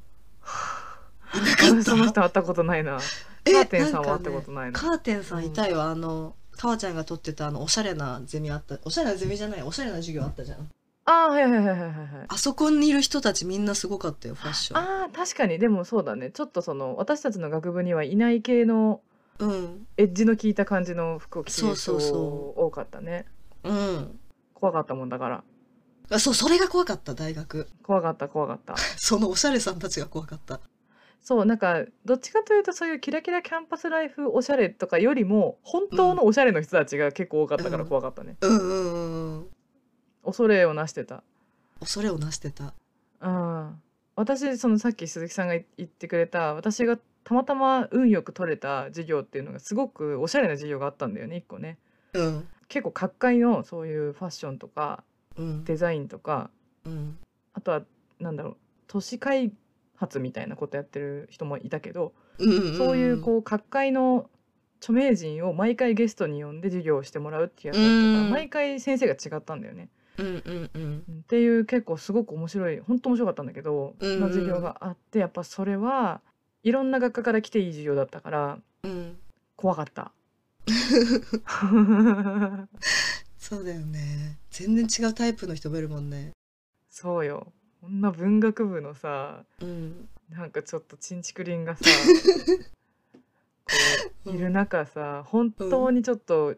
A: いなかっ
B: 私その
A: た
B: 人会ったことないなカ
A: え
B: ーテンさんは会ったことないな
A: カーテンさんいたよ、あのかわちゃんが取ってたあのおしゃれなゼミあったおしゃれなゼミじゃないおしゃれな授業あったじゃん
B: あーはいはいはいはいはいはい
A: あそこにいる人たちみんなすごかったよファッション
B: あー確かにでもそうだねちょっとその私たちの学部にはいない系の
A: うん
B: エッジの効いた感じの服を着てる
A: そ
B: 人
A: うそうそう
B: 多かったね
A: うん
B: 怖かったもんだから
A: あそうそれが怖かった大学 <laughs>
B: 怖かった怖かった
A: そのおしゃれさんたちが怖かった
B: そうなんかどっちかというとそういうキラキラキャンパスライフおしゃれとかよりも本当のおしゃれの人たちが結構多かったから怖かったね、
A: うんうんうんうん
B: 恐れをなしてた
A: 恐れをなしてた
B: うん私そのさっき鈴木さんがい言ってくれた私がたまたま運よく取れた授業っていうのがすごくおしゃれな授業があったんだよね一個ね
A: うん
B: 結構各界のそういうファッションとか
A: うん
B: デザインとか
A: うん
B: あとはなんだろう都市開発みたいなことやってる人もいたけど
A: うん
B: そういうこう各界の著名人を毎回ゲストに呼んで授業をしてもらうっていうやつだったか
A: う
B: ら
A: ん
B: 毎回先生が違ったんだよね。
A: うんうんうん
B: うんっていう結構すごく面白い本当面白かったんだけど
A: うんうん
B: の授業があってやっぱそれはいろんな学科から来ていい授業だったから
A: うん
B: 怖
A: <laughs>
B: かった。
A: そうだよね全然違うタイプの人もいるもんね
B: そうよこんな文学部のさ
A: うん
B: なんかちょっとちんちくり
A: <laughs>
B: んがさこういる中さ本当にちょっと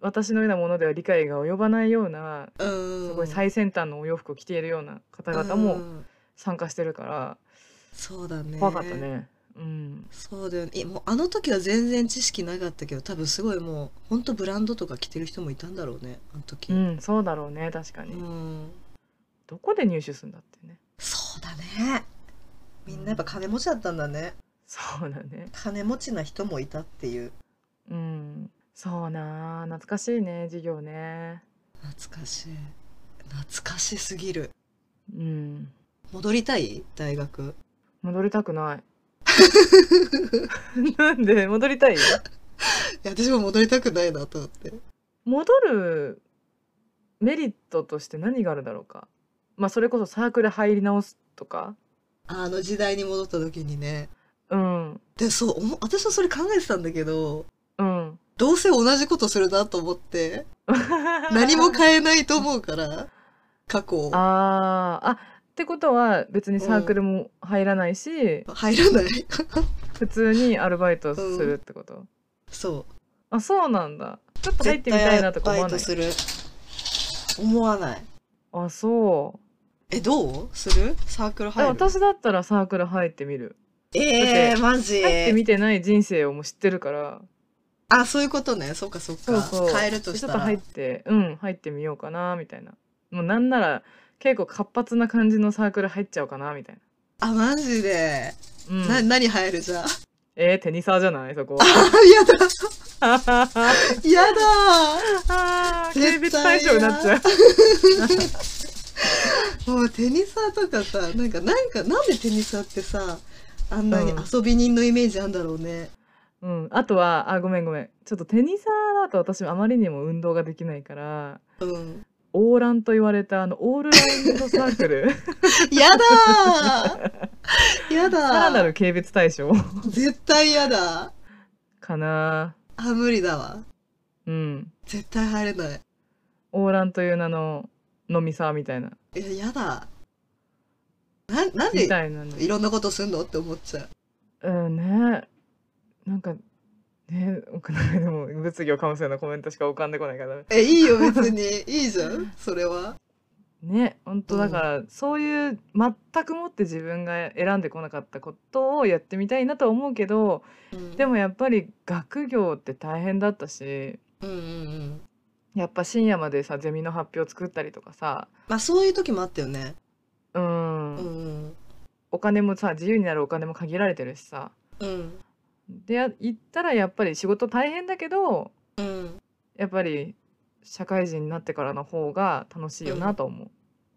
B: 私のようなものでは理解が及ばないような
A: うん
B: すごい最先端のお洋服を着ているような方々
A: う
B: も
A: ん
B: 参加してるから
A: そうだね
B: 怖かったね。うん、
A: そうだよねいもうあの時は全然知識なかったけど多分すごいもうほんとブランドとか着てる人もいたんだろうねあの時
B: うん、そうだろうね確か
A: う
B: に、
A: ん
B: どこで入手するんだってね
A: そうだねみんなやっぱ金持ちだったんだね
B: そうだね
A: 金持ちな人もいたっていう
B: うんそうなあ懐かしいね授業ね
A: 懐かしい懐かしすぎる
B: うん
A: 戻りたい大学
B: 戻りた
A: <laughs>
B: くないなんで戻りたい
A: いや私も戻りたくないなと思って
B: 戻るメリットとして何があるだろうかまあそれこそサークル入り直すとか
A: あの時代に戻った時にね
B: うん
A: でそうおも私はそれ考えてたんだけど
B: うん
A: どうせ同じことするなと思って <laughs> 何も変えないと思うから過去を
B: あーあってことは別にサークルも入らないし、
A: 入らない <laughs>
B: 普通にアルバイトするってこと、
A: そう
B: あそうなんだちょっと入ってみたいなとか思わない
A: 絶対バイトする思わない
B: あそ
A: えどうするサークル
B: う、え
A: 入る
B: 私だったらサークル入ってみる
A: え
B: だっ
A: ー、マジ
B: 入ってみてない人生をもう知ってるから
A: あそういうことねそうかそう
B: そう
A: か
B: そう
A: 変えるとした
B: ちょっと
A: ら
B: 入ってうん入ってみようかなみたいなもうなんなら結構活発な感じのサークル入っちゃおうかなみたい
A: あマジで、
B: な、うん、
A: な何入るじゃんあ <laughs>
B: えー、テニサーじゃないそこ <laughs>
A: やだ
B: あー
A: やだ
B: 軽蔑対象になっちゃう
A: もうテニサーとかさなんかなんかなんでテニサーってさあんなに
B: うん
A: 遊び人のイメージあんだろうね、
B: うん、あとはあごめんごめんちょっとテニサーだと私あまりにも運動ができないから
A: うん、
B: オーランと言われたあのオールラウンドサー
A: <laughs>
B: クル
A: やだーやだー
B: さらなる軽蔑対象
A: 絶対やだ
B: かな
A: あ無理だわ
B: うん
A: 絶対入れない
B: オーランという名の飲みサーみたいない
A: ややだななん
B: み
A: で
B: たいなの
A: いろんなことすんのって思っちゃう
B: うんねなんかね僕なんかでも物議をかむせなコメントしか浮かんでこないから
A: えいいよ別
B: <laughs>
A: にいいじゃんそれは
B: ね本当
A: うん
B: だから、そういう全くもって自分が選んでこなかったことをやってみたいなとは思うけどで
A: も
B: もやっぱり学業って大変だったし
A: うんうんうん
B: やっぱ深夜までさゼミの発表作ったりとかさ
A: まあそういう時もあったよね
B: うん、
A: うんうん
B: お金もさ自由になるお金も限られてるしさ
A: うん
B: でや行ったらやっぱり仕事大変だけど
A: うん
B: やっぱり社会人になってからの方が楽しいよなと思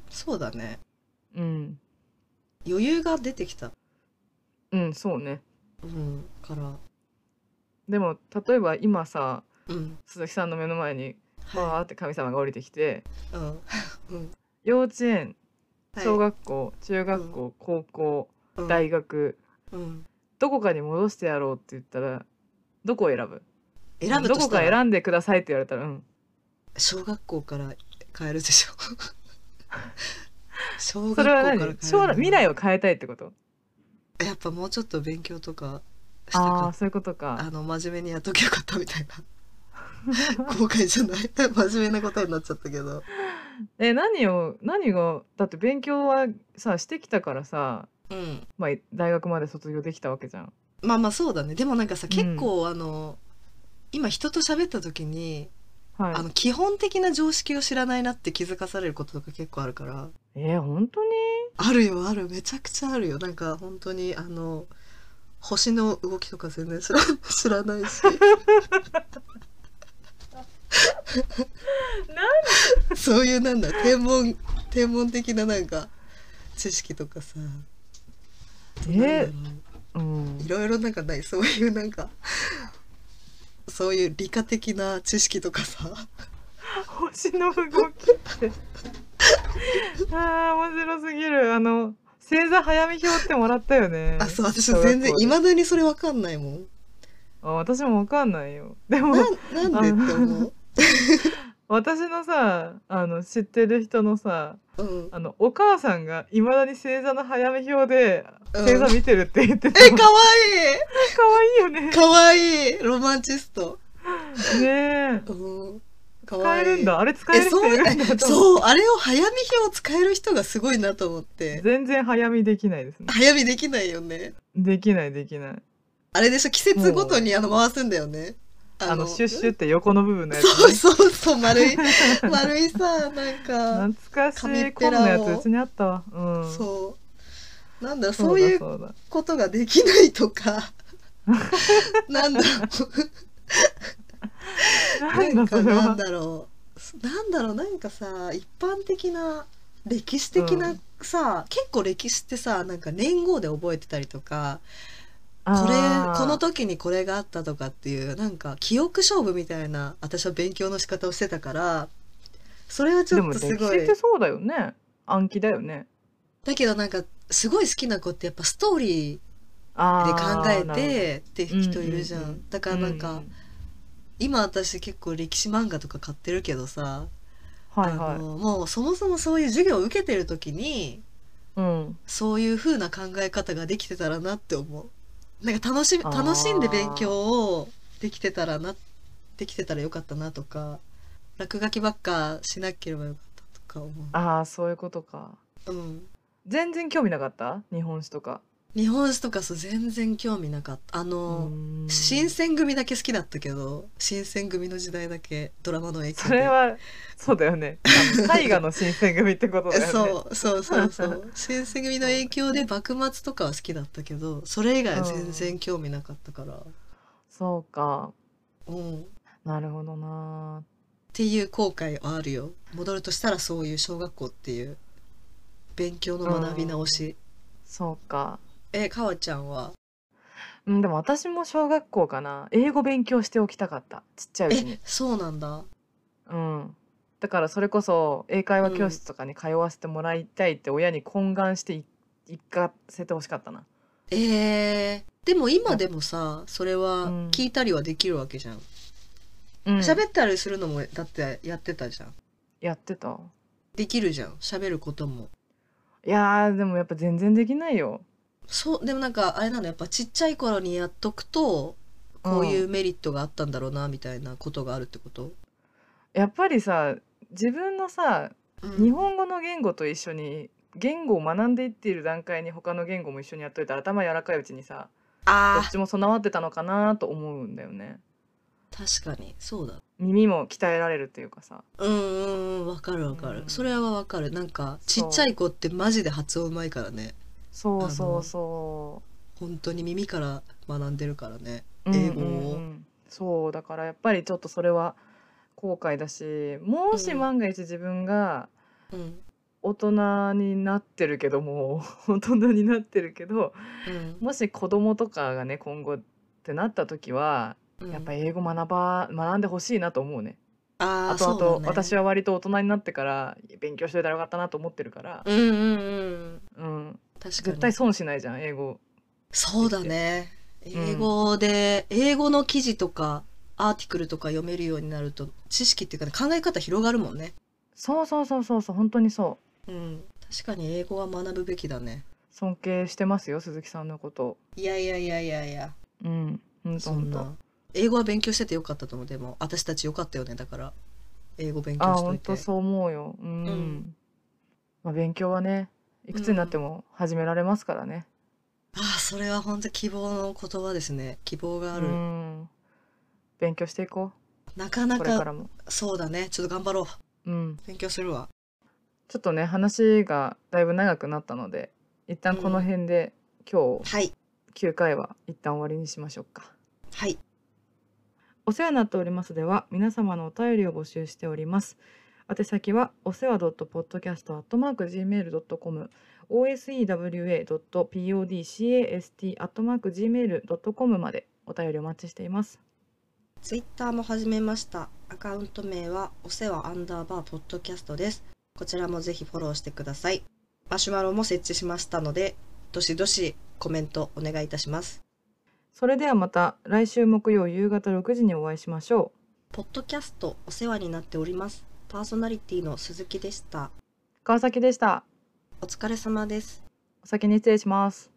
A: そうだね
B: ううん
A: 余裕が出てきた
B: うん、そうね
A: うんから
B: でも例えば今さ
A: うん
B: 鈴木さんの目の前に
A: は
B: バーって神様が降りてきて
A: いうんうん
B: 幼稚園
A: はい
B: 小学校、中学校、高校
A: うん
B: 大学、
A: うん
B: どこかに戻してやろうって言ったらどこを選ぶ
A: 選ぶ
B: ど
A: と
B: こ
A: し
B: か
A: たら
B: 選んでくださいって言われたら、うん。
A: 小学校から変えるで
B: <laughs>
A: しょ小学校
B: そ
A: か
B: れは
A: ら変え
B: 何
A: る
B: 将来未来を変えたいってこと
A: やっぱもうちょっと勉強とかしたか
B: ああ
A: っ
B: ー、そういうこと
A: たあ
B: か。
A: の真面目にやっときゃよかったみたいな後悔じゃない真面目な答えになっちゃったけど
B: え、何を、何が、だって勉強はさ、してきたからさ、
A: うん
B: まあ、大学まで卒業できたわけじゃん。
A: まあまあそうだねでもなんかさ
B: うん
A: 結構あの、今人と喋った時に、あ
B: は
A: の基本的な常識を知らないなって気づかされることとか結構あるから
B: い。えー、本当に
A: あるよあるめちゃくちゃあるよなんか本当にあの星の動きとか全然知ら <laughs> 知らないしそういうなんだ天文天文的ななんか知識とかさ
B: え
A: なんだろう
B: うん
A: い。ろいろなんかないそういうなんかそういう理科的な知識とかさ
B: 星の動きって。 <laughs> ああ、面白すぎる。あの、星座早見表ってもらったよね。
A: <laughs> あそう私
B: 小学校で
A: 全然いまだにそれわかんないもん
B: あ私もわかんないよ。でも、
A: ななんでって思う
B: 私のさ、あの、知ってる人のさ、
A: うん
B: あの、お母さんがいまだに星座の早見表で、
A: うん
B: 星座見てるって言ってた。
A: <laughs> え
B: か <laughs>
A: かわいい
B: わいいよね。
A: かわいいロマンチスト。
B: ねえ。
A: うん、か
B: 使えるんだ。あれ使
A: え
B: える人
A: そう
B: いるんだ
A: え
B: と思う。
A: そうあれを早見表を使える人がすごいなと思って
B: 全然早見できないですね。
A: 早見できないよね
B: できないできない。
A: あれでしょ季節ごとにあの回すんだよね
B: あの、シュッシュって横の部分のやつ、ね。
A: そうそうそう丸い丸いさなんか
B: 懐かし
A: 紙
B: い
A: ペ
B: こん
A: ラを
B: なやつうちにあったわうん
A: そうなんだろうそういう
B: だそうだ
A: ことができないとかなんだろうな
B: なん
A: ん
B: だ
A: か
B: それ
A: なん
B: は
A: だろうなんだろうなんかさ一般的な歴史的なさ、結構歴史ってさなんか年号で覚えてたりとかこれ
B: あー
A: この時にこれがあったとかっていうなんか記憶勝負みたいな私は勉強の仕方をしてたからそれはち
B: で
A: ょっ
B: も
A: と
B: 歴
A: すご
B: 史っ
A: い
B: てそうだよね暗記だよね
A: だけどなんかすごい好きな子ってやっぱストーリ
B: あ
A: ーで
B: ー
A: 考え
B: なるほ
A: てって人いるじゃん,、
B: うんうんうん
A: だか
B: ど
A: らなんか、
B: う
A: 今私結構歴史漫画とか買ってるけどさ
B: はい
A: あ
B: は
A: のもうそもそもそういう授業を受けてる時に
B: いうん
A: そういう風な考え方ができてたらなって思うなんか楽しみ
B: あー
A: 楽しんで勉強をできてたらなできてたらよかったなとか落書きばっかしなければよかったとか思
B: ああそういうことか
A: う、うん、
B: 全然興味なかった日本史とか
A: 日本史とかそう全然興味なかったあ
B: う
A: の、
B: ーん
A: 新選組だけ好きだったけど新選組の時代だけドラマの影響で
B: それはそうだよねあの大河の新選組ってことだよ
A: <laughs>
B: ね
A: そうそう
B: <laughs>
A: そうそう新選組の影響で幕末とかは好きだったけどそれ以外は全然興味なかったから、
B: そうか
A: うん、っ
B: なるほどな
A: ていう後悔はあるよ戻るとしたらそういう小学校っていう勉強の学び直し、
B: そうか
A: えかわちゃんは
B: うん、でも私も小学校かな英語勉強しておきたかったちっちゃいうち
A: え
B: に、
A: そうなんだ
B: うん、だからそれこそ英会話教室とかに通わせてもらいたいって親に懇願してい行かせてほしかったな
A: えー、でも今でもさそれは
B: うん
A: 聞いたりはできるわけじゃん
B: うん
A: 喋、ったりするのもだってやってたじゃん
B: やってた
A: できるじゃん喋ることも
B: いやーでもやっぱ全然できないよ
A: そうでもなんかあれなのやっぱちっちゃい頃にやっとくとこういううメリットがあったんだろうなみたいなことがあるってこと、
B: んやっぱりさ自分のさ日本語の言語と一緒に言語を学んでいっている段階に他の言語も一緒にやっといたら頭柔らかいうちにさど
A: あ
B: っちも備わってたのかなと思うんだよね
A: ー確かにそうだ
B: 耳も鍛えられるっていうかさ
A: うんうんうんわかるわかる、
B: うん
A: それはわかるなんかち
B: そう
A: っちゃい子ってマジで発音うまいからね
B: そう
A: あ
B: そ
A: の
B: うそう
A: 本当に耳から学んでるからね英語を
B: うんうんうんそうだからやっぱりちょっとそれは後悔だしもし
A: うん
B: 万が一自分が
A: うん
B: 大人になってるけども <laughs> う大人になってるけど
A: うん
B: もし子供とかがね今後ってなった時は
A: うん
B: やっぱ英語学ば学んでほしいなと思うね。
A: あ
B: あとあと、私
A: は
B: は割と大人になってから勉強しといたらよかったなと思ってるから、
A: うんうんうん
B: うん、
A: 確かに
B: 絶対損しないじゃん英語。
A: そうだね
B: ん
A: 英語で、英語の記事とかアーティクルとか読めるようになると知識っていうか、ね、考え方広がるもんね。
B: そうそうそうそうそう本当にそう
A: うん、確かに英語は学ぶべきだね。
B: 尊敬してますよ鈴木さんのこと
A: いやいやいやいやいや、
B: うんほんと
A: そ
B: ほ
A: ん
B: んと
A: な。英語は勉強しててよかったと思う。でも私たちよかったよね。だから英語勉
B: あ
A: 強しと
B: 本
A: いて。
B: 当そう思うようん、
A: うん
B: まあ、勉強はねいくつになっても始められますからね、
A: ああ、それは本当希望の言葉ですね。希望が
B: う
A: ある。
B: ん、勉強していこ
A: なか
B: う
A: な
B: これか
A: から
B: も
A: そうだね。ちょっと頑張ろう。
B: うん
A: 勉強するわ。
B: ちょっとね話がだいぶ長くなったので一旦この辺で、今日
A: はい
B: 9回は一旦終わりにしましょうか
A: はい
B: お世話になっておりますでは皆様のお便りを募集しております宛先はお世話 .podcast.gmail.com osewa.podcast.gmail.com までお便りお待ちしています
A: ツイッターも始めました。アカウント名はお世話アンダーバーポッドキャストです。こちらもぜひフォローしてください。マシュマロも設置しましたので、どしどしコメントお願いいたします。
B: それではまた来週木曜夕方6時にお会いしましょ
A: ポッドキャストお世話になっております。パーソナリティの鈴木でした。
B: う川崎でした
A: お疲れ様です。
B: お先に失礼します